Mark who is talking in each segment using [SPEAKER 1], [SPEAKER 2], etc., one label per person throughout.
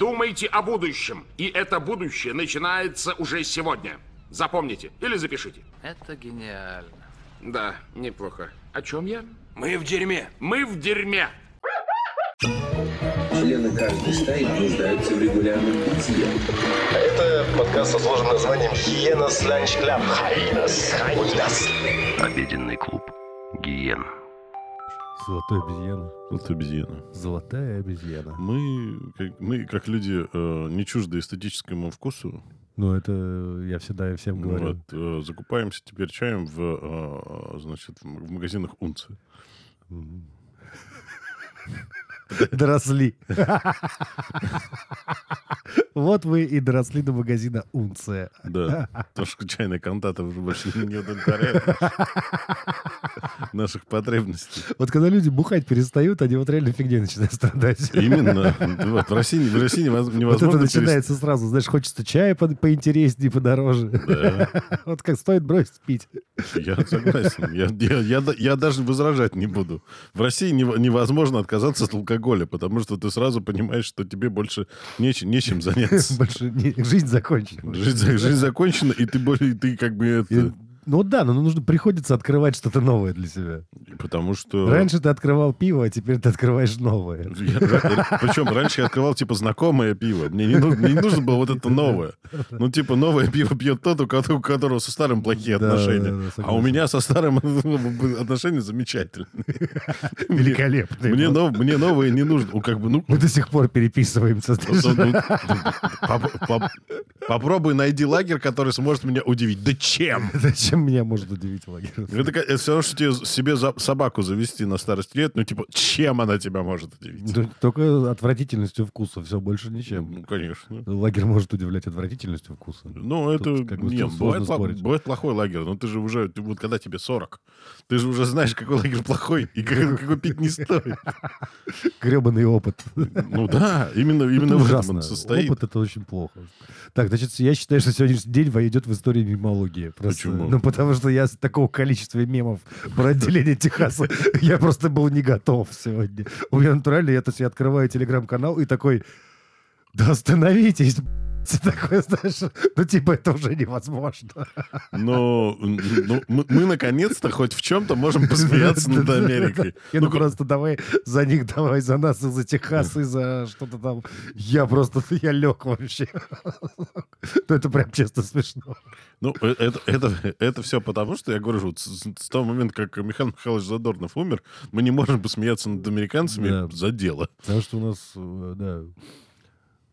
[SPEAKER 1] Думайте о будущем, и это будущее начинается уже сегодня. Запомните или запишите.
[SPEAKER 2] Это гениально.
[SPEAKER 1] Да, неплохо. О чем я?
[SPEAKER 3] Мы в дерьме.
[SPEAKER 1] Мы в дерьме.
[SPEAKER 4] Члены каждой стаи нуждаются в регулярном питье.
[SPEAKER 5] Это подкаст со сложным названием «Хиенас Лянч Кляп». Хаинас, хаинас.
[SPEAKER 6] Обеденный клуб. Гиен.
[SPEAKER 7] Золотая обезьяна.
[SPEAKER 8] Вот обезьяна.
[SPEAKER 7] Золотая обезьяна.
[SPEAKER 8] Мы как, мы, как люди, э, не чужды эстетическому вкусу,
[SPEAKER 7] Ну, это я всегда и всем говорю.
[SPEAKER 8] вот, э, закупаемся теперь чаем в, э, значит, в м- в магазинах унцы.
[SPEAKER 7] Доросли. Вот вы и доросли до магазина «Унция».
[SPEAKER 8] Да, потому что чайная кантата уже больше не удовлетворяет наших- наших потребностей.
[SPEAKER 7] Вот когда люди бухать перестают, они вот реально фигней начинают страдать.
[SPEAKER 8] Именно. Вот, в России, в России невоз-
[SPEAKER 7] Вот это
[SPEAKER 8] невозможно перес-
[SPEAKER 7] начинается сразу. Знаешь, хочется чая по- поинтереснее, подороже. Вот как стоит бросить пить.
[SPEAKER 8] Я согласен. Я, я- я да- я даже возражать не буду. В России нев- невозможно отказаться от алкоголя, потому что ты сразу понимаешь, что тебе больше нечем, нечем заняться.
[SPEAKER 7] Больше не- жизнь закончена.
[SPEAKER 8] Жизнь, за- жизнь закончена, и ты более, и ты как бы
[SPEAKER 7] И-
[SPEAKER 8] это...
[SPEAKER 7] Ну да, но нужно приходится открывать что-то новое для себя.
[SPEAKER 8] Потому что...
[SPEAKER 7] Раньше ты открывал пиво, а теперь ты открываешь новое.
[SPEAKER 8] Я- ра- причем раньше я открывал, типа, знакомое пиво. Мне не, ну- мне не нужно было вот это новое. Ну, типа, новое пиво пьет тот, у которого, у которого со старым плохие
[SPEAKER 7] Да,
[SPEAKER 8] отношения.
[SPEAKER 7] да, да,
[SPEAKER 8] а у
[SPEAKER 7] согласен.
[SPEAKER 8] меня со старым отношения замечательные.
[SPEAKER 7] Великолепно.
[SPEAKER 8] Мне, нов- мне новое не нужно. Ну, как бы, ну,
[SPEAKER 7] Мы до сих пор переписываемся.
[SPEAKER 8] Ну,
[SPEAKER 7] знаешь.
[SPEAKER 8] ну, ну, поп- поп- Попробуй найди лагерь, который сможет меня удивить. Да чем?
[SPEAKER 7] Зачем меня может удивить лагерь?
[SPEAKER 8] Это, как- это все равно, что тебе з- себе за- собаку завести на старость лет. Ну, типа, чем она тебя может удивить?
[SPEAKER 7] Ну, Только отвратительностью вкуса, все больше ничем.
[SPEAKER 8] Ну, конечно.
[SPEAKER 7] Лагерь может удивлять отвратительностью вкуса.
[SPEAKER 8] Ну, это...
[SPEAKER 7] Тут как бы
[SPEAKER 8] не,
[SPEAKER 7] тут сложно
[SPEAKER 8] бывает, пла-
[SPEAKER 7] спорить.
[SPEAKER 8] бывает плохой лагерь, но ты же уже... ты вот когда тебе 40, ты же уже знаешь, какой лагерь плохой и как- какой пить не стоит.
[SPEAKER 7] Гребаный опыт.
[SPEAKER 8] Ну да, именно, именно
[SPEAKER 7] Это
[SPEAKER 8] в этом
[SPEAKER 7] ужасно.
[SPEAKER 8] он состоит.
[SPEAKER 7] Опыт это очень плохо. Так, значит, я считаю, что сегодняшний день войдет в историю мемологии. Просто.
[SPEAKER 8] Почему?
[SPEAKER 7] Ну, потому что я с такого количества мемов про отделение Техаса, я просто был не готов сегодня. У меня натурально, я, то есть, я открываю телеграм-канал и такой, да остановитесь, б***ь». такое, знаешь, ну, типа, это уже невозможно.
[SPEAKER 8] Но м, ну, мы, мы наконец-то хоть в чем-то можем посмеяться над Америкой.
[SPEAKER 7] Я ну,
[SPEAKER 8] ка-
[SPEAKER 7] просто давай за них, давай за нас, и за Техас, и за что-то там. Я просто, я лег вообще. Ну, это прям честно смешно.
[SPEAKER 8] Ну, э- это, это, это все потому, что я говорю, что вот с, с- с того момента, как Михаил Михайлович Задорнов умер, мы не можем посмеяться над американцами
[SPEAKER 7] Да.
[SPEAKER 8] за дело.
[SPEAKER 7] Потому что у нас, э, да,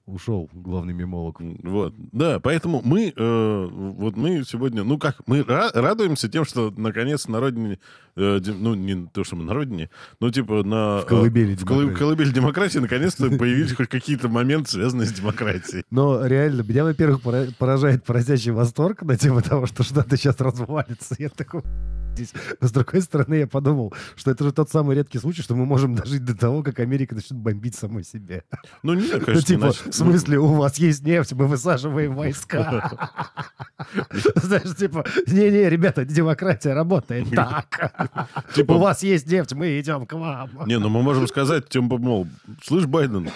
[SPEAKER 7] ушел главный мемолог.
[SPEAKER 8] Вот. Да, поэтому мы, э, вот мы сегодня, ну как, мы ра- радуемся тем, что наконец на родине, э, дем- ну не то, что мы на родине, но типа на...
[SPEAKER 7] В колыбели
[SPEAKER 8] э, в колы-
[SPEAKER 7] демократии.
[SPEAKER 8] в колыбели демократии наконец-то появились хоть какие-то моменты, связанные с демократией.
[SPEAKER 7] Но реально, меня, во-первых, пора- поражает поразящий восторг на тему того, что Штаты сейчас развалится. Я такой здесь. Но с другой стороны, я подумал, что это же тот самый редкий случай, что мы можем дожить до того, как Америка начнет бомбить самой себе.
[SPEAKER 8] Ну, не,
[SPEAKER 7] Ну,
[SPEAKER 8] конечно,
[SPEAKER 7] типа,
[SPEAKER 8] иначе-
[SPEAKER 7] в смысле, у вас есть нефть, мы высаживаем войска. Знаешь, типа, не-не, ребята, демократия работает так.
[SPEAKER 8] Типа-
[SPEAKER 7] У вас есть нефть, мы идем к вам.
[SPEAKER 8] Не, ну мы можем сказать, тем бы, мол, слышь, Байден,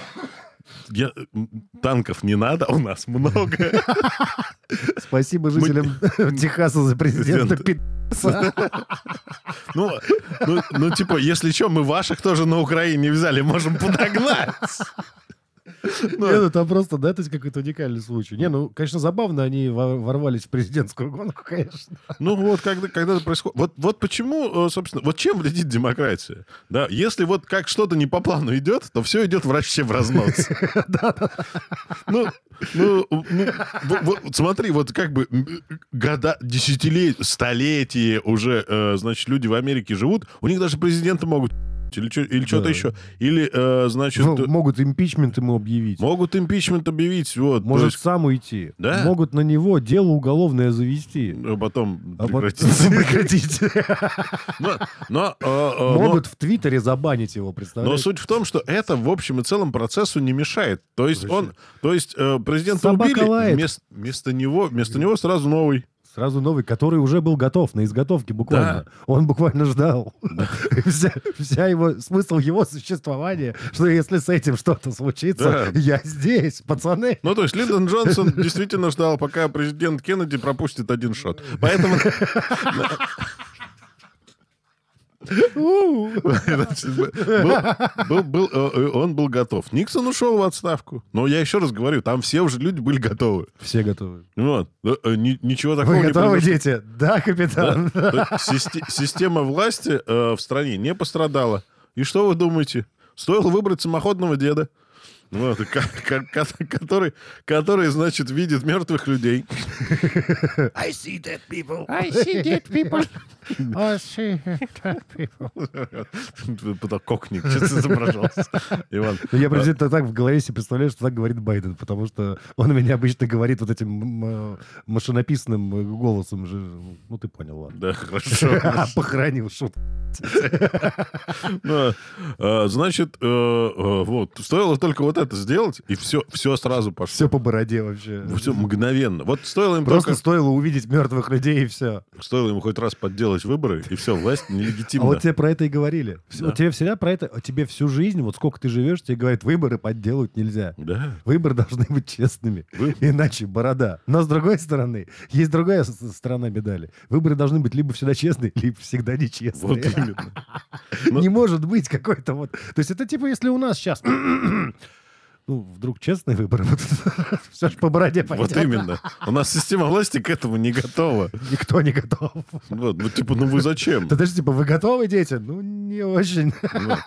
[SPEAKER 8] я, м, танков не надо, у нас много.
[SPEAKER 7] Спасибо жителям Техаса за президента пи***ца.
[SPEAKER 8] Ну, ну, ну, типа, если что, мы ваших тоже на Украине взяли, можем подогнать. Ну,
[SPEAKER 7] Не, ну там просто, да, то есть какой-то уникальный случай. Не, ну, конечно, забавно, они во- ворвались в президентскую гонку, конечно.
[SPEAKER 8] Ну вот, когда, когда это происходит... Вот, вот почему, э, собственно, вот чем вредит демократия? Да, если вот как что-то не по плану идет, то все идет вообще в разнос. Ну, ну, ну, вот- вот смотри, вот как бы м, года, десятилетия, столетия уже, э, значит, люди в Америке живут, у них даже президенты могут или, чё- или что-то
[SPEAKER 7] Да.
[SPEAKER 8] еще. Или, э, значит,
[SPEAKER 7] Ну, Могут импичмент ему объявить.
[SPEAKER 8] могут импичмент объявить, вот. то
[SPEAKER 7] Может
[SPEAKER 8] есть,
[SPEAKER 7] сам уйти.
[SPEAKER 8] Да?
[SPEAKER 7] Могут на него дело уголовное завести.
[SPEAKER 8] э, потом
[SPEAKER 7] А вот-
[SPEAKER 8] прекратить.
[SPEAKER 7] Прекратить.
[SPEAKER 8] Но- но, э, э, А, но-
[SPEAKER 7] Могут в Твиттере забанить его,
[SPEAKER 8] Но
[SPEAKER 7] представляешь?
[SPEAKER 8] суть в том, что это в общем и целом процессу не мешает. То есть он, то есть э, президента
[SPEAKER 7] Собака
[SPEAKER 8] убили,
[SPEAKER 7] лает.
[SPEAKER 8] вмес- вместо него, вместо него сразу новый.
[SPEAKER 7] Сразу новый, который уже был готов, на изготовке буквально. Он буквально ждал. И Вся, вся его, смысл его существования, что если с этим что-то случится,
[SPEAKER 8] Да.
[SPEAKER 7] я здесь, пацаны.
[SPEAKER 8] Ну, то есть Линдон Джонсон действительно ждал, пока президент Кеннеди пропустит один шот. Поэтому...
[SPEAKER 7] У.
[SPEAKER 8] Значит, был- был- был, э, э, Он был готов. Никсон ушел в отставку. Но я еще раз говорю, там все уже люди были готовы.
[SPEAKER 7] Все готовы.
[SPEAKER 8] Вот. Э, э, ни- Ничего такого
[SPEAKER 7] Вы
[SPEAKER 8] не
[SPEAKER 7] готовы,
[SPEAKER 8] произошло.
[SPEAKER 7] дети? Да, капитан.
[SPEAKER 8] То есть систе- Система власти э, в стране не пострадала. И что вы думаете? Стоило выбрать самоходного деда, вот, ко- ко- ко- который, который, значит, видит мертвых людей. Кокник сейчас изображался. Иван.
[SPEAKER 7] Ну, Я президента так в голове себе представляю, что так говорит Байден, потому что он у меня обычно говорит вот этим м, э, машинописным э, голосом. же. Ну, ты понял, ладно.
[SPEAKER 8] Да, хорошо.
[SPEAKER 7] Похоронил шут.
[SPEAKER 8] Да. Э, Значит, э, э, вот, стоило только вот это сделать, и все, все сразу пошло.
[SPEAKER 7] Все по бороде вообще.
[SPEAKER 8] Все мгновенно. Вот стоило им
[SPEAKER 7] Просто
[SPEAKER 8] Ну, только...
[SPEAKER 7] стоило увидеть мертвых людей и все.
[SPEAKER 8] Стоило ему хоть раз подделать выборы, и все, власть
[SPEAKER 7] А
[SPEAKER 8] нелегитимна.
[SPEAKER 7] вот тебе про это и говорили. Вс-
[SPEAKER 8] Да.
[SPEAKER 7] вот Тебе всегда про это, тебе всю жизнь, вот сколько ты живешь, тебе говорят, выборы подделывать нельзя.
[SPEAKER 8] Да.
[SPEAKER 7] Выборы должны быть честными,
[SPEAKER 8] Вы-
[SPEAKER 7] иначе борода. Но с другой стороны, есть другая с- сторона медали. Выборы должны быть либо всегда честные, либо всегда нечестные.
[SPEAKER 8] Вот именно. Ну-
[SPEAKER 7] Не может быть какой-то вот... То есть это типа, если у нас сейчас... Ну, вдруг честные выборы, вот все же по бороде
[SPEAKER 8] Вот
[SPEAKER 7] пойдет.
[SPEAKER 8] именно. У нас система власти к этому не готова.
[SPEAKER 7] Никто не готов.
[SPEAKER 8] Вот, ну, типа, ну вы зачем?
[SPEAKER 7] Ты даже типа, вы готовы, дети? Ну, не очень.
[SPEAKER 8] Ну, То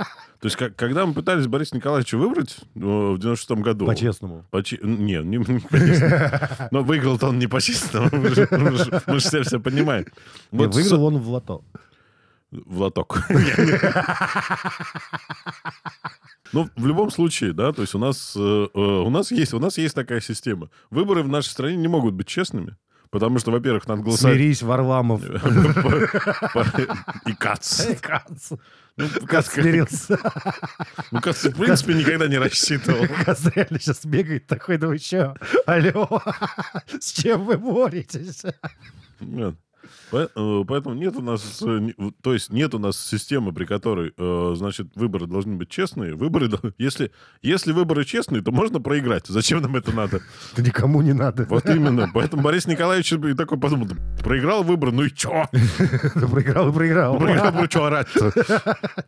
[SPEAKER 8] есть, как- когда мы пытались Бориса Николаевича выбрать э, в 96-м году...
[SPEAKER 7] По-честному.
[SPEAKER 8] По чи- Не, не, не по-честному. Но выиграл-то он не по-честному. Мы же- Мы же мы же все все понимаем.
[SPEAKER 7] Не,
[SPEAKER 8] Вот
[SPEAKER 7] выиграл он в лото.
[SPEAKER 8] В лоток. Я не- Ну, в любом случае, да, то есть у нас, э, э, у нас есть, у нас есть такая система. Выборы в нашей стране не могут быть честными, потому что, во-первых, надо голосовать...
[SPEAKER 7] Смирись, Варламов.
[SPEAKER 8] по- по- И Кац.
[SPEAKER 7] Кац.
[SPEAKER 8] Ну,
[SPEAKER 7] Кац
[SPEAKER 8] Кац,
[SPEAKER 7] смирился.
[SPEAKER 8] ну, Кац, в принципе, никогда не рассчитывал.
[SPEAKER 7] Кац реально сейчас бегает такой, да вы чё? Алло, с чем вы боретесь?
[SPEAKER 8] Нет. По- э, Поэтому нет у нас, э, не- в- то есть нет у нас системы, при которой, э, значит, выборы должны быть честные. Выборы, дол- если, если выборы честные, то можно проиграть. Зачем нам это надо?
[SPEAKER 7] Да никому не надо.
[SPEAKER 8] Вот именно. Поэтому Борис Николаевич и такой подумал, «Да, проиграл выборы, ну и чё?
[SPEAKER 7] Да проиграл и проиграл.
[SPEAKER 8] Ну, Проиграл, ну чё орать-то?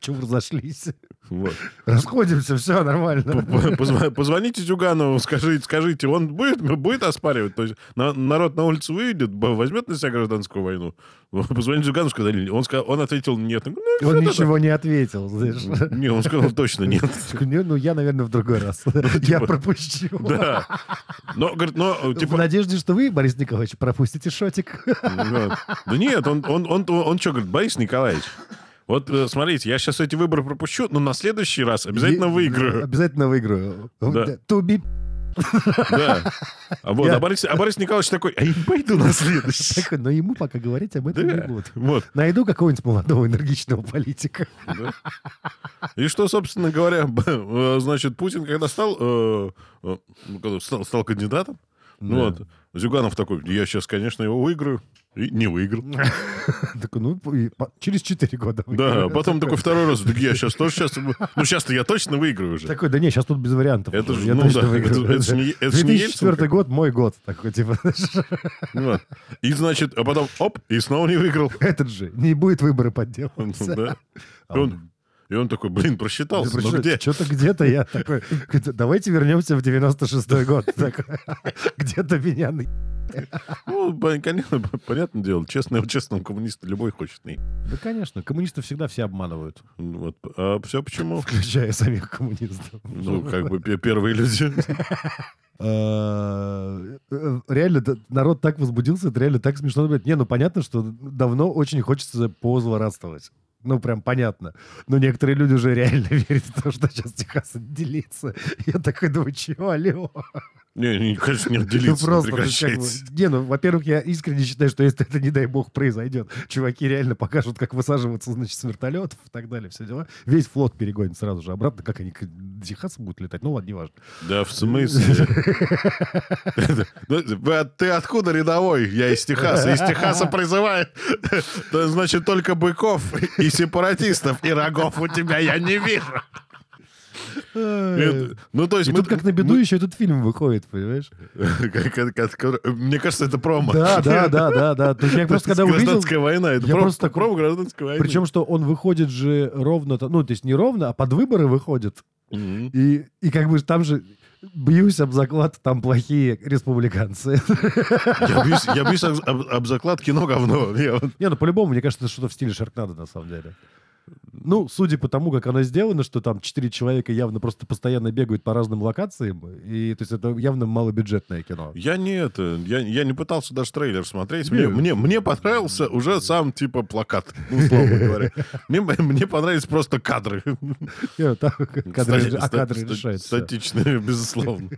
[SPEAKER 7] Чего вы разошлись?
[SPEAKER 8] Вот.
[SPEAKER 7] Расходимся, все
[SPEAKER 8] П-
[SPEAKER 7] нормально.
[SPEAKER 8] п- позва- Позвоните Зюганову, скажите, скажите, он будет, будет оспаривать? То есть на- народ на улицу выйдет, б- возьмет на себя гражданскую войну? Позвоните Зюганову, сказали, он, ска- он ответил нет. Ну,
[SPEAKER 7] И Он
[SPEAKER 8] что-то-
[SPEAKER 7] ничего не ответил, знаешь.
[SPEAKER 8] Не, он сказал точно нет.
[SPEAKER 7] Не, Ну, я, наверное, в другой раз. Я
[SPEAKER 8] типа,
[SPEAKER 7] пропущу.
[SPEAKER 8] Да. Но, говорит, но,
[SPEAKER 7] В
[SPEAKER 8] типа...
[SPEAKER 7] надежде, что вы, Борис Николаевич, пропустите шотик.
[SPEAKER 8] Да нет, он, он, он, он что, говорит, Борис Николаевич, вот э, смотрите, я сейчас эти выборы пропущу, но на следующий раз обязательно
[SPEAKER 7] Е-
[SPEAKER 8] выиграю.
[SPEAKER 7] Обязательно выиграю.
[SPEAKER 8] Да.
[SPEAKER 7] To be
[SPEAKER 8] Да. А, вот,
[SPEAKER 7] Я-
[SPEAKER 8] а, Борис, а Борис Николаевич такой, а я не пойду на следующий.
[SPEAKER 7] такой, но ему пока говорить об этом не
[SPEAKER 8] Да.
[SPEAKER 7] буду.
[SPEAKER 8] Вот.
[SPEAKER 7] Найду какого-нибудь молодого энергичного политика.
[SPEAKER 8] да. И что, собственно говоря, б- э, значит, Путин, когда стал, э, э, ну, когда стал, стал кандидатом, ну
[SPEAKER 7] Да.
[SPEAKER 8] вот, Зюганов такой, я сейчас, конечно, его выиграю. И не выиграл.
[SPEAKER 7] Такой, ну, и по- через 4 года.
[SPEAKER 8] Да,
[SPEAKER 7] выиграю.
[SPEAKER 8] а потом такой второй раз, так я сейчас тоже сейчас... Ну, сейчас-то я точно выиграю уже.
[SPEAKER 7] Такой, да не, сейчас тут без вариантов.
[SPEAKER 8] Это
[SPEAKER 7] уже,
[SPEAKER 8] же,
[SPEAKER 7] я
[SPEAKER 8] ну
[SPEAKER 7] точно
[SPEAKER 8] да,
[SPEAKER 7] выиграю.
[SPEAKER 8] это- это же не- это же не
[SPEAKER 7] 2004
[SPEAKER 8] Ельцин как-
[SPEAKER 7] год, мой год. Такой, типа,
[SPEAKER 8] Ну Вот. И, значит, а потом, оп, и снова не выиграл. Ну
[SPEAKER 7] этот же, не будет выбора подделываться.
[SPEAKER 8] Да. И
[SPEAKER 7] А
[SPEAKER 8] он, и он такой, блин, просчитался, ну где?
[SPEAKER 7] Что-то где-то я такой, говорит, давайте вернемся в 96-й год. Такой, Где-то меня на...
[SPEAKER 8] Ну, пон- конечно, п- понятное дело, честного честного коммуниста любой хочет. наеб-
[SPEAKER 7] Да, конечно, коммунистов всегда все обманывают.
[SPEAKER 8] Вот. А все почему?
[SPEAKER 7] Включая самих коммунистов.
[SPEAKER 8] Ну, как бы пе- первые люди.
[SPEAKER 7] Э, э, Реально, да, народ так возбудился, это реально так смешно. Блядь, Не, ну понятно, что давно очень хочется позлорадствовать. Ну, прям понятно. Но некоторые люди уже реально верят в то, что сейчас Техас отделится. Я такой думаю, чего, алло?
[SPEAKER 8] Не, не, конечно, нет,
[SPEAKER 7] Ну,
[SPEAKER 8] делиться,
[SPEAKER 7] просто,
[SPEAKER 8] не
[SPEAKER 7] то есть, как бы,
[SPEAKER 8] прекращайте.
[SPEAKER 7] не, ну, во-первых, я искренне считаю, что если это, не дай бог, произойдет, чуваки реально покажут, как высаживаться, значит, с вертолетов и так далее, все дела. Весь флот перегонит сразу же обратно, как они к Техасу будут летать, ну ладно, неважно.
[SPEAKER 8] Да, в смысле? Вы от- Ты откуда рядовой? Я из Техаса. Из Техаса призываю. Да, Значит, только быков и сепаратистов, и рогов у тебя я не вижу. Это- Ну, то есть...
[SPEAKER 7] И
[SPEAKER 8] мы-
[SPEAKER 7] тут как на беду еще этот фильм выходит, понимаешь?
[SPEAKER 8] мы- как- как- как- Мне кажется, это промо.
[SPEAKER 7] Да, да, да, да, да. То есть я просто когда увидел...
[SPEAKER 8] Гражданская война. Это
[SPEAKER 7] я
[SPEAKER 8] промо,
[SPEAKER 7] просто такой-
[SPEAKER 8] промо гражданской войны.
[SPEAKER 7] Причем, что он выходит же ровно, то- ну, то есть не ровно, а под выборы выходит.
[SPEAKER 8] Мгм.
[SPEAKER 7] И, и как бы там же, бьюсь об заклад, там плохие республиканцы.
[SPEAKER 8] Я бьюсь, я бьюсь об, об- об заклад кино говно. Я вот-
[SPEAKER 7] Не, ну по-любому, мне кажется, это что-то в стиле Шаркнада, на самом деле. Ну, судя по тому, как оно сделано, что там четыре человека явно просто постоянно бегают по разным локациям, и то есть это явно малобюджетное кино.
[SPEAKER 8] Я не это, я, я не пытался даже трейлер смотреть.
[SPEAKER 7] Не.
[SPEAKER 8] Мне, мне, мне понравился уже сам типа плакат, условно говоря. Мне, мне понравились просто кадры.
[SPEAKER 7] Я Э, там кадры
[SPEAKER 8] Стати-
[SPEAKER 7] же- а
[SPEAKER 8] ста-
[SPEAKER 7] кадры
[SPEAKER 8] ста-
[SPEAKER 7] решают. всё.
[SPEAKER 8] Статичные, безусловно.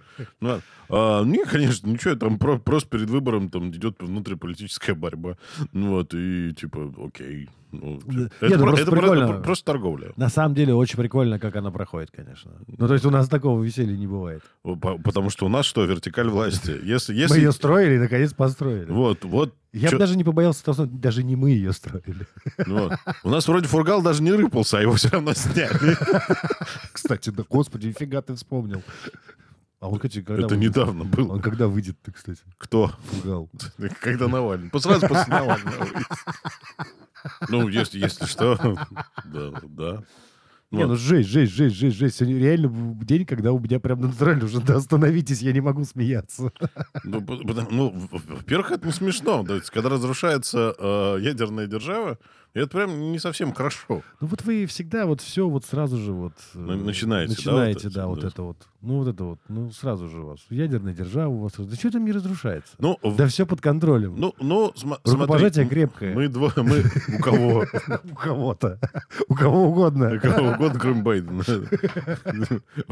[SPEAKER 8] Ну ладно. А, Не, конечно, ничего, там про- просто перед выбором там идет внутриполитическая борьба. Ну вот, и типа, окей. ну, типа,
[SPEAKER 7] Да.
[SPEAKER 8] это
[SPEAKER 7] Не, ну
[SPEAKER 8] про-
[SPEAKER 7] просто
[SPEAKER 8] это про- это
[SPEAKER 7] прикольно.
[SPEAKER 8] про- просто торговля.
[SPEAKER 7] На самом деле очень прикольно, как она проходит, конечно. Ну, то есть у нас такого веселья не бывает.
[SPEAKER 8] По- Потому что у нас что, вертикаль власти? Если,
[SPEAKER 7] Мы ее
[SPEAKER 8] если...
[SPEAKER 7] строили и, наконец, построили.
[SPEAKER 8] Вот, вот.
[SPEAKER 7] Я
[SPEAKER 8] чё-
[SPEAKER 7] бы даже не побоялся того, что даже не мы ее строили.
[SPEAKER 8] Ну, У нас вроде фургал даже не рыпался, а его все равно сняли.
[SPEAKER 7] Кстати, да господи, нифига ты вспомнил. А он, кстати, когда
[SPEAKER 8] Это
[SPEAKER 7] выйдет?
[SPEAKER 8] недавно
[SPEAKER 7] Он
[SPEAKER 8] было.
[SPEAKER 7] когда выйдет, ты, кстати,
[SPEAKER 8] Кто?
[SPEAKER 7] пугал.
[SPEAKER 8] Когда Навальный. По- Сразу после Навального. Ну, если, если что. Да, да.
[SPEAKER 7] Не, ну жесть, жесть, жесть, жесть, жесть. Сегодня реально был день, когда у меня прям натурально уже да остановитесь, я не могу смеяться.
[SPEAKER 8] Ну, по- потому- ну, в- в- во-первых, это не смешно. То есть, когда разрушается э, ядерная держава, это прям не совсем хорошо.
[SPEAKER 7] Ну вот вы всегда вот все вот сразу же вот... э,
[SPEAKER 8] На- начинаете, да,
[SPEAKER 7] Начинаете,
[SPEAKER 8] вот это,
[SPEAKER 7] да, вот
[SPEAKER 8] да.
[SPEAKER 7] это вот. Ну вот это вот, ну сразу же у вас. Ядерная держава у вас. Да что там не разрушается?
[SPEAKER 8] Ну, в-
[SPEAKER 7] Да все под контролем.
[SPEAKER 8] ну, ну, см-
[SPEAKER 7] Рукопожатие
[SPEAKER 8] смотри,
[SPEAKER 7] крепкое.
[SPEAKER 8] Мы двое, мы у кого?
[SPEAKER 7] У кого-то. У кого
[SPEAKER 8] У
[SPEAKER 7] угодно.
[SPEAKER 8] кого угодно, кроме Байдена.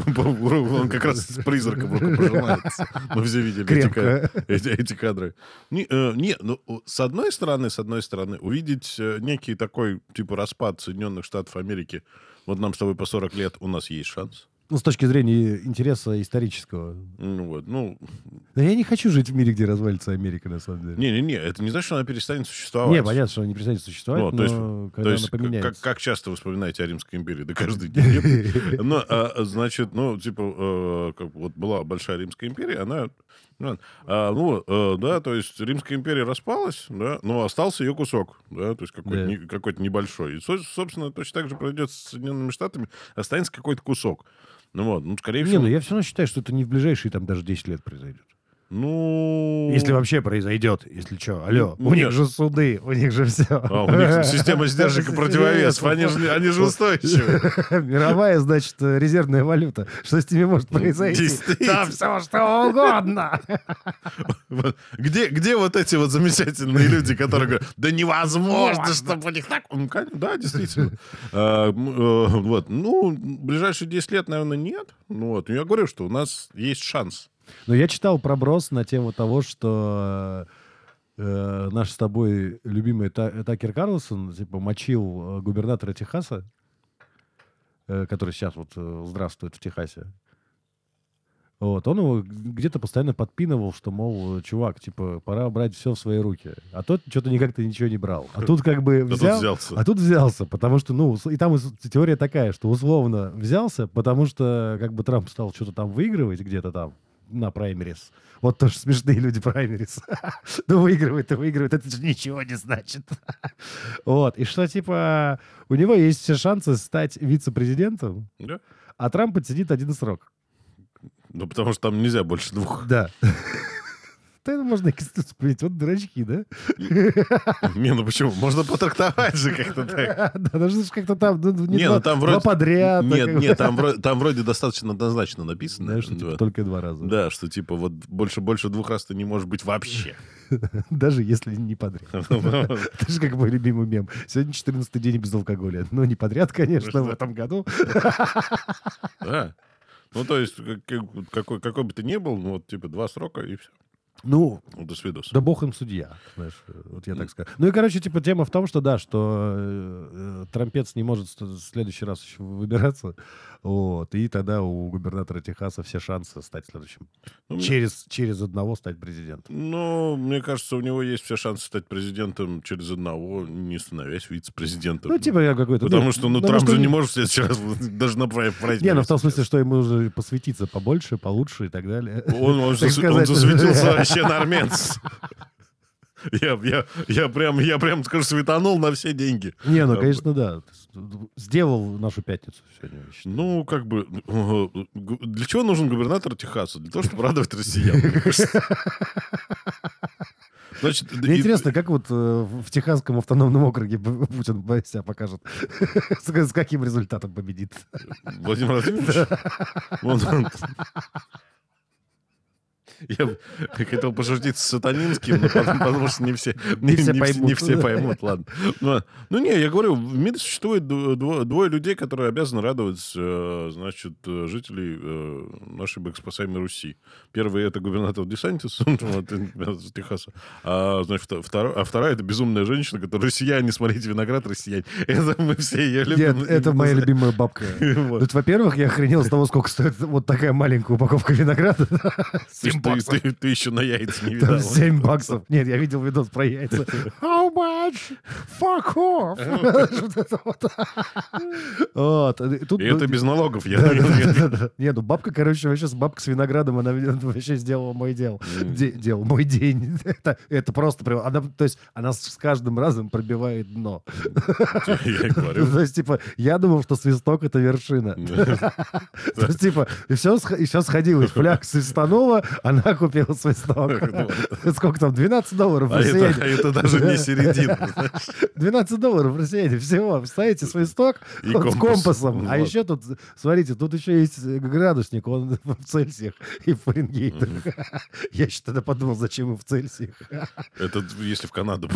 [SPEAKER 8] Он как раз с призраком рукопожимается. Мы все видели эти
[SPEAKER 7] Крепко.
[SPEAKER 8] ка- эти, эти кадры. Не, э, не, ну, у- с одной стороны, с одной стороны, увидеть э, некий такой, типа, распад Соединенных Штатов Америки. Вот нам с тобой по 40 лет, у нас есть шанс.
[SPEAKER 7] Ну, с точки зрения интереса исторического.
[SPEAKER 8] Ну, вот, ну,
[SPEAKER 7] Да я не хочу жить в мире, где развалится Америка, на самом деле.
[SPEAKER 8] не-не-не, это не значит, что она перестанет существовать.
[SPEAKER 7] Не, понятно, что она не перестанет существовать,
[SPEAKER 8] Ну, то
[SPEAKER 7] но
[SPEAKER 8] есть-
[SPEAKER 7] когда
[SPEAKER 8] То есть,
[SPEAKER 7] она
[SPEAKER 8] к-
[SPEAKER 7] поменяется.
[SPEAKER 8] как, как часто вы вспоминаете о Римской империи? Да каждый день. Но, а, значит, ну, типа, э, как бы вот была Большая Римская империя, она... Ну, ладно. А, ну, э, да, то есть Римская империя распалась, да, но остался ее кусок, да, то есть какой-то,
[SPEAKER 7] Да.
[SPEAKER 8] не- какой-то небольшой. И, со- собственно, точно так же произойдет с Соединенными Штатами, останется какой-то кусок. Ну вот, ну, скорее
[SPEAKER 7] Не,
[SPEAKER 8] всего...
[SPEAKER 7] ну я все равно считаю, что это не в ближайшие там даже 10 лет произойдет.
[SPEAKER 8] Ну...
[SPEAKER 7] Если вообще произойдет, если что. Алло,
[SPEAKER 8] Ну,
[SPEAKER 7] у
[SPEAKER 8] нет.
[SPEAKER 7] них же суды, у них же все.
[SPEAKER 8] А, у них система сдержек и противовесов, они же, они же устойчивы.
[SPEAKER 7] Мировая, значит, резервная валюта. Что с ними может
[SPEAKER 8] Ну,
[SPEAKER 7] произойти?
[SPEAKER 8] действительно.
[SPEAKER 7] Там все что угодно.
[SPEAKER 8] Вот. Где, где вот эти вот замечательные люди, которые говорят, да невозможно, чтобы у них так... Ну, кон- Да, действительно. А, м, э, Вот. Ну, ближайшие 10 лет, наверное, нет. Ну, вот. Но Я говорю, что у нас есть шанс.
[SPEAKER 7] Но я читал проброс на тему того, что э, наш с тобой любимый Та- Такер Карлсон типа мочил э, губернатора Техаса, э, который сейчас вот э, здравствует в Техасе. Вот, он его где-то постоянно подпинывал, что, мол, чувак, типа, пора брать все в свои руки. А тот что-то никак-то ничего не брал. А тут как бы
[SPEAKER 8] Да тут
[SPEAKER 7] взял,
[SPEAKER 8] взялся.
[SPEAKER 7] а тут взялся, потому что, ну, ус- и там ис- теория такая, что условно взялся, потому что как бы Трамп стал что-то там выигрывать где-то там на праймерис. Вот тоже смешные люди праймерис. Ну, выигрывает и выигрывает, это же ничего не значит. Вот, и что, типа, у него есть все шансы стать вице-президентом,
[SPEAKER 8] Да?
[SPEAKER 7] а Трамп отсидит один срок.
[SPEAKER 8] Ну, потому что там нельзя больше двух.
[SPEAKER 7] Да. Да, это можно и Конституцию поменять. Вот дурачки, да?
[SPEAKER 8] Не, ну почему? Можно потрактовать же как-то так.
[SPEAKER 7] Да, даже как-то там, ну, не
[SPEAKER 8] Не,
[SPEAKER 7] два-
[SPEAKER 8] ну там
[SPEAKER 7] два
[SPEAKER 8] вроде...
[SPEAKER 7] подряд. а как
[SPEAKER 8] Нет,
[SPEAKER 7] бы.
[SPEAKER 8] нет, там вро- там вроде достаточно однозначно написано.
[SPEAKER 7] Знаешь, что типа,
[SPEAKER 8] Вот.
[SPEAKER 7] только два раза.
[SPEAKER 8] Да, что типа вот больше больше двух раз ты не можешь быть вообще.
[SPEAKER 7] Даже если не подряд.
[SPEAKER 8] Ну,
[SPEAKER 7] Это же как мой любимый мем. Сегодня 14 Ну, день без алкоголя. Но не подряд, конечно, в этом году.
[SPEAKER 8] Да. Ну, то есть, как- как- какой, какой бы ты ни был, ну, вот, типа, два срока и все.
[SPEAKER 7] Ну,
[SPEAKER 8] Ну, до свидос.
[SPEAKER 7] Да бог им судья, знаешь, э, вот я так скажу. Ну и, короче, типа, тема в том, что да, что э, э, трампец не может ст- в следующий раз еще выбираться, вот, и тогда у губернатора Техаса все шансы стать следующим.
[SPEAKER 8] Ну, мне-
[SPEAKER 7] Через, через одного стать президентом.
[SPEAKER 8] Ну, мне кажется, у него есть все шансы стать президентом через одного, не становясь вице-президентом.
[SPEAKER 7] Ну, типа, я какой-то...
[SPEAKER 8] Потому что, ну, Трамп же
[SPEAKER 7] он-
[SPEAKER 8] не может в следующий раз даже на проект пройти.
[SPEAKER 7] Не, ну в том смысле, что ему нужно посвятиться побольше, получше и так далее.
[SPEAKER 8] Он, он
[SPEAKER 7] Так
[SPEAKER 8] зас- он
[SPEAKER 7] сказать.
[SPEAKER 8] засветился вообще на армянц. Я, я, я прям, я прям, скажу, светанул на все деньги.
[SPEAKER 7] Не, ну, конечно, да. Сделал нашу пятницу сегодня. я считаю.
[SPEAKER 8] Ну, как бы, э, гу- для чего нужен губернатор Техаса? Для того, чтобы радовать россиян. мне кажется. Значит,
[SPEAKER 7] Мне
[SPEAKER 8] и-
[SPEAKER 7] интересно, как вот э, в в Техасском автономном округе Пу- Путин себя покажет? С с каким результатом победит?
[SPEAKER 8] Владимир Владимирович? Вон он. Я б- хотел пошутить с сатанинским, но потом подумал, что не все, не,
[SPEAKER 7] все
[SPEAKER 8] не вс- не
[SPEAKER 7] поймут.
[SPEAKER 8] все поймут, ладно. Ну, а- ну, не, я говорю, в мире существует дво- дво- двое людей, которые обязаны радовать, э, значит, э, жителей э, нашей богоспасаемой Руси. Первый — это губернатор Десантис вот, из Техаса. А, значит, вто- второ- а вторая — это безумная женщина, которая россияне, смотрите, виноград россияне. Это мы все ее любим.
[SPEAKER 7] Нет, это моя любимая бабка.
[SPEAKER 8] Вот.
[SPEAKER 7] Вот, Во-первых, я охренел с того, сколько стоит вот такая маленькая упаковка винограда.
[SPEAKER 8] Ты,
[SPEAKER 7] Семь
[SPEAKER 8] ж- ты-
[SPEAKER 7] баксов.
[SPEAKER 8] ты- ты еще на яйца не видал.
[SPEAKER 7] Там 7 баксов. Нет, я видел видос про яйца. How much? Fuck off. Вот это вот. Вот. И тут-
[SPEAKER 8] И это без налогов. Я,
[SPEAKER 7] Да, да, да, да, да. Не, ну бабка, короче, вообще с бабка с виноградом, она мне вообще сделала мой дел. Де- Дел, мой день. Это, это просто прям... Она, то есть она с с каждым разом пробивает дно.
[SPEAKER 8] я и говорю.
[SPEAKER 7] То есть, типа, я думал, что свисток — это вершина. То есть, типа, и все, и все сходилось. Фляг свистанова, она купила свисток. Сколько там? 12 долларов.
[SPEAKER 8] Ну, А это, а
[SPEAKER 7] россияне.
[SPEAKER 8] это даже не середина. знаешь.
[SPEAKER 7] 12 долларов, россияне, всего. Вставите свисток
[SPEAKER 8] И
[SPEAKER 7] вот, с
[SPEAKER 8] компас.
[SPEAKER 7] компасом. А
[SPEAKER 8] Вот.
[SPEAKER 7] еще тут, смотрите, тут еще есть э, градусник, он в Цельсиях и в Фаренгейтах. Я еще тогда подумал, зачем им в Цельсиях.
[SPEAKER 8] Это если в Канаду.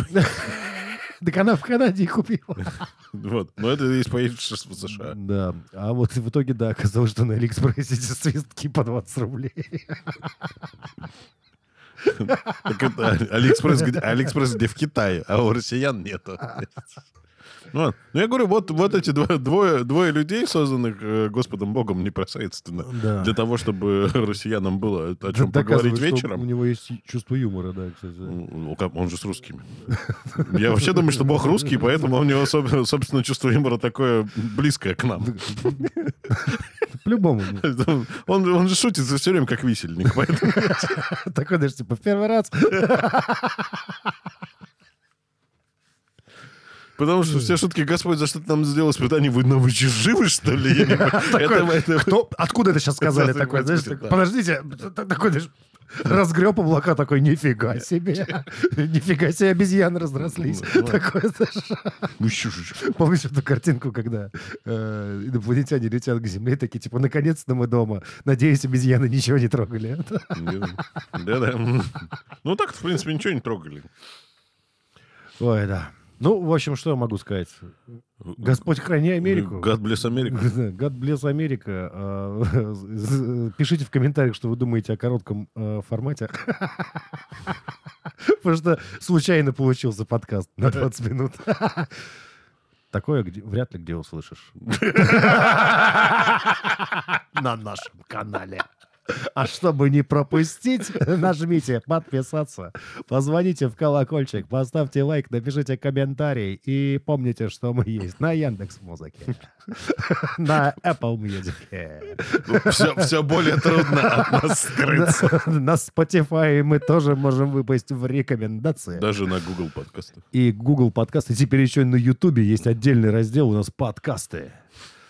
[SPEAKER 7] Так она в Канаде и купила.
[SPEAKER 8] Вот. Но это если поедешь в США.
[SPEAKER 7] Да, а вот в итоге, да, оказалось, что на Алиэкспрессе эти свистки по 20 рублей.
[SPEAKER 8] Так это А- Алиэкспресс, где- Алиэкспресс где в Китае, а у россиян нету. Ну, ладно. ну, я говорю, вот, вот эти два- двое, двое людей, созданных э, Господом Богом непросредственно,
[SPEAKER 7] Да.
[SPEAKER 8] для того, чтобы россиянам было о чем
[SPEAKER 7] Доказывает,
[SPEAKER 8] поговорить
[SPEAKER 7] что
[SPEAKER 8] вечером.
[SPEAKER 7] У него есть чувство юмора, да, кстати.
[SPEAKER 8] Ну, как- Он же с русскими. Я вообще думаю, что Бог русский, поэтому у него, соб- собственно, чувство юмора такое близкое к нам.
[SPEAKER 7] По-любому.
[SPEAKER 8] Он, он же шутит все время как висельник. Поэтому...
[SPEAKER 7] Такой, даже типа, в первый раз.
[SPEAKER 8] Потому что все шутки Господь за что-то нам сделал испытание. Вы, ну вы че, живы, что ли? Я не понимаю. Это- это-
[SPEAKER 7] Кто, откуда это сейчас сказали
[SPEAKER 8] Это
[SPEAKER 7] такое? Знаешь,
[SPEAKER 8] будет,
[SPEAKER 7] так,
[SPEAKER 8] да.
[SPEAKER 7] подождите, т- такой даже разгреб облака такой, нифига себе. Нифига себе, обезьяны разрослись. Такое, знаешь,
[SPEAKER 8] Ну, чё, чё, чё.
[SPEAKER 7] помнишь эту картинку, когда э, инопланетяне летят к Земле, такие, типа, наконец-то мы дома. Надеюсь, обезьяны ничего не трогали.
[SPEAKER 8] Да-да. Ну так, в принципе, ничего не трогали.
[SPEAKER 7] Ой, да. Ну, в общем, что я могу сказать? Господь храни Америку.
[SPEAKER 8] God bless Америку.
[SPEAKER 7] God bless Америка. А, Пишите в комментариях, что вы думаете о коротком э, формате. Потому что случайно получился подкаст на 20 минут. Такое где- вряд ли где услышишь. На нашем канале. А чтобы не пропустить, нажмите подписаться, позвоните в колокольчик, поставьте лайк, напишите комментарий и помните, что мы есть на Яндекс Музыке, на Apple Music,
[SPEAKER 8] Все, более трудно от нас скрыться.
[SPEAKER 7] на Spotify мы тоже можем выпасть в рекомендации.
[SPEAKER 8] Даже на Google подкастах.
[SPEAKER 7] и Google подкасты. Теперь еще и на Ютубе есть отдельный раздел у нас подкасты.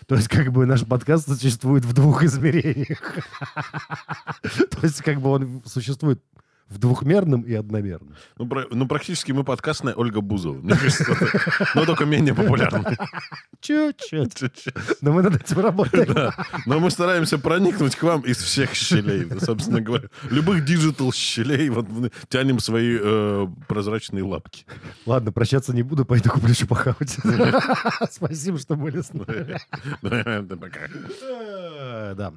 [SPEAKER 7] То есть, как бы наш подкаст существует в двух измерениях. То есть, как бы он существует в двухмерном и одномерном.
[SPEAKER 8] Ну, про- ну, практически мы подкастная Ольга Бузова. Мне кажется, это- но только менее популярная.
[SPEAKER 7] Чуть-чуть. Но мы над этим работаем.
[SPEAKER 8] Но мы стараемся проникнуть к вам из всех щелей, ну, собственно говоря. Любых диджитал щелей. Вот мы тянем свои э, прозрачные лапки.
[SPEAKER 7] Ладно, прощаться не буду, пойду куплю еще похавать. Спасибо, что были с нами.
[SPEAKER 8] Да, пока.
[SPEAKER 7] Э, Да.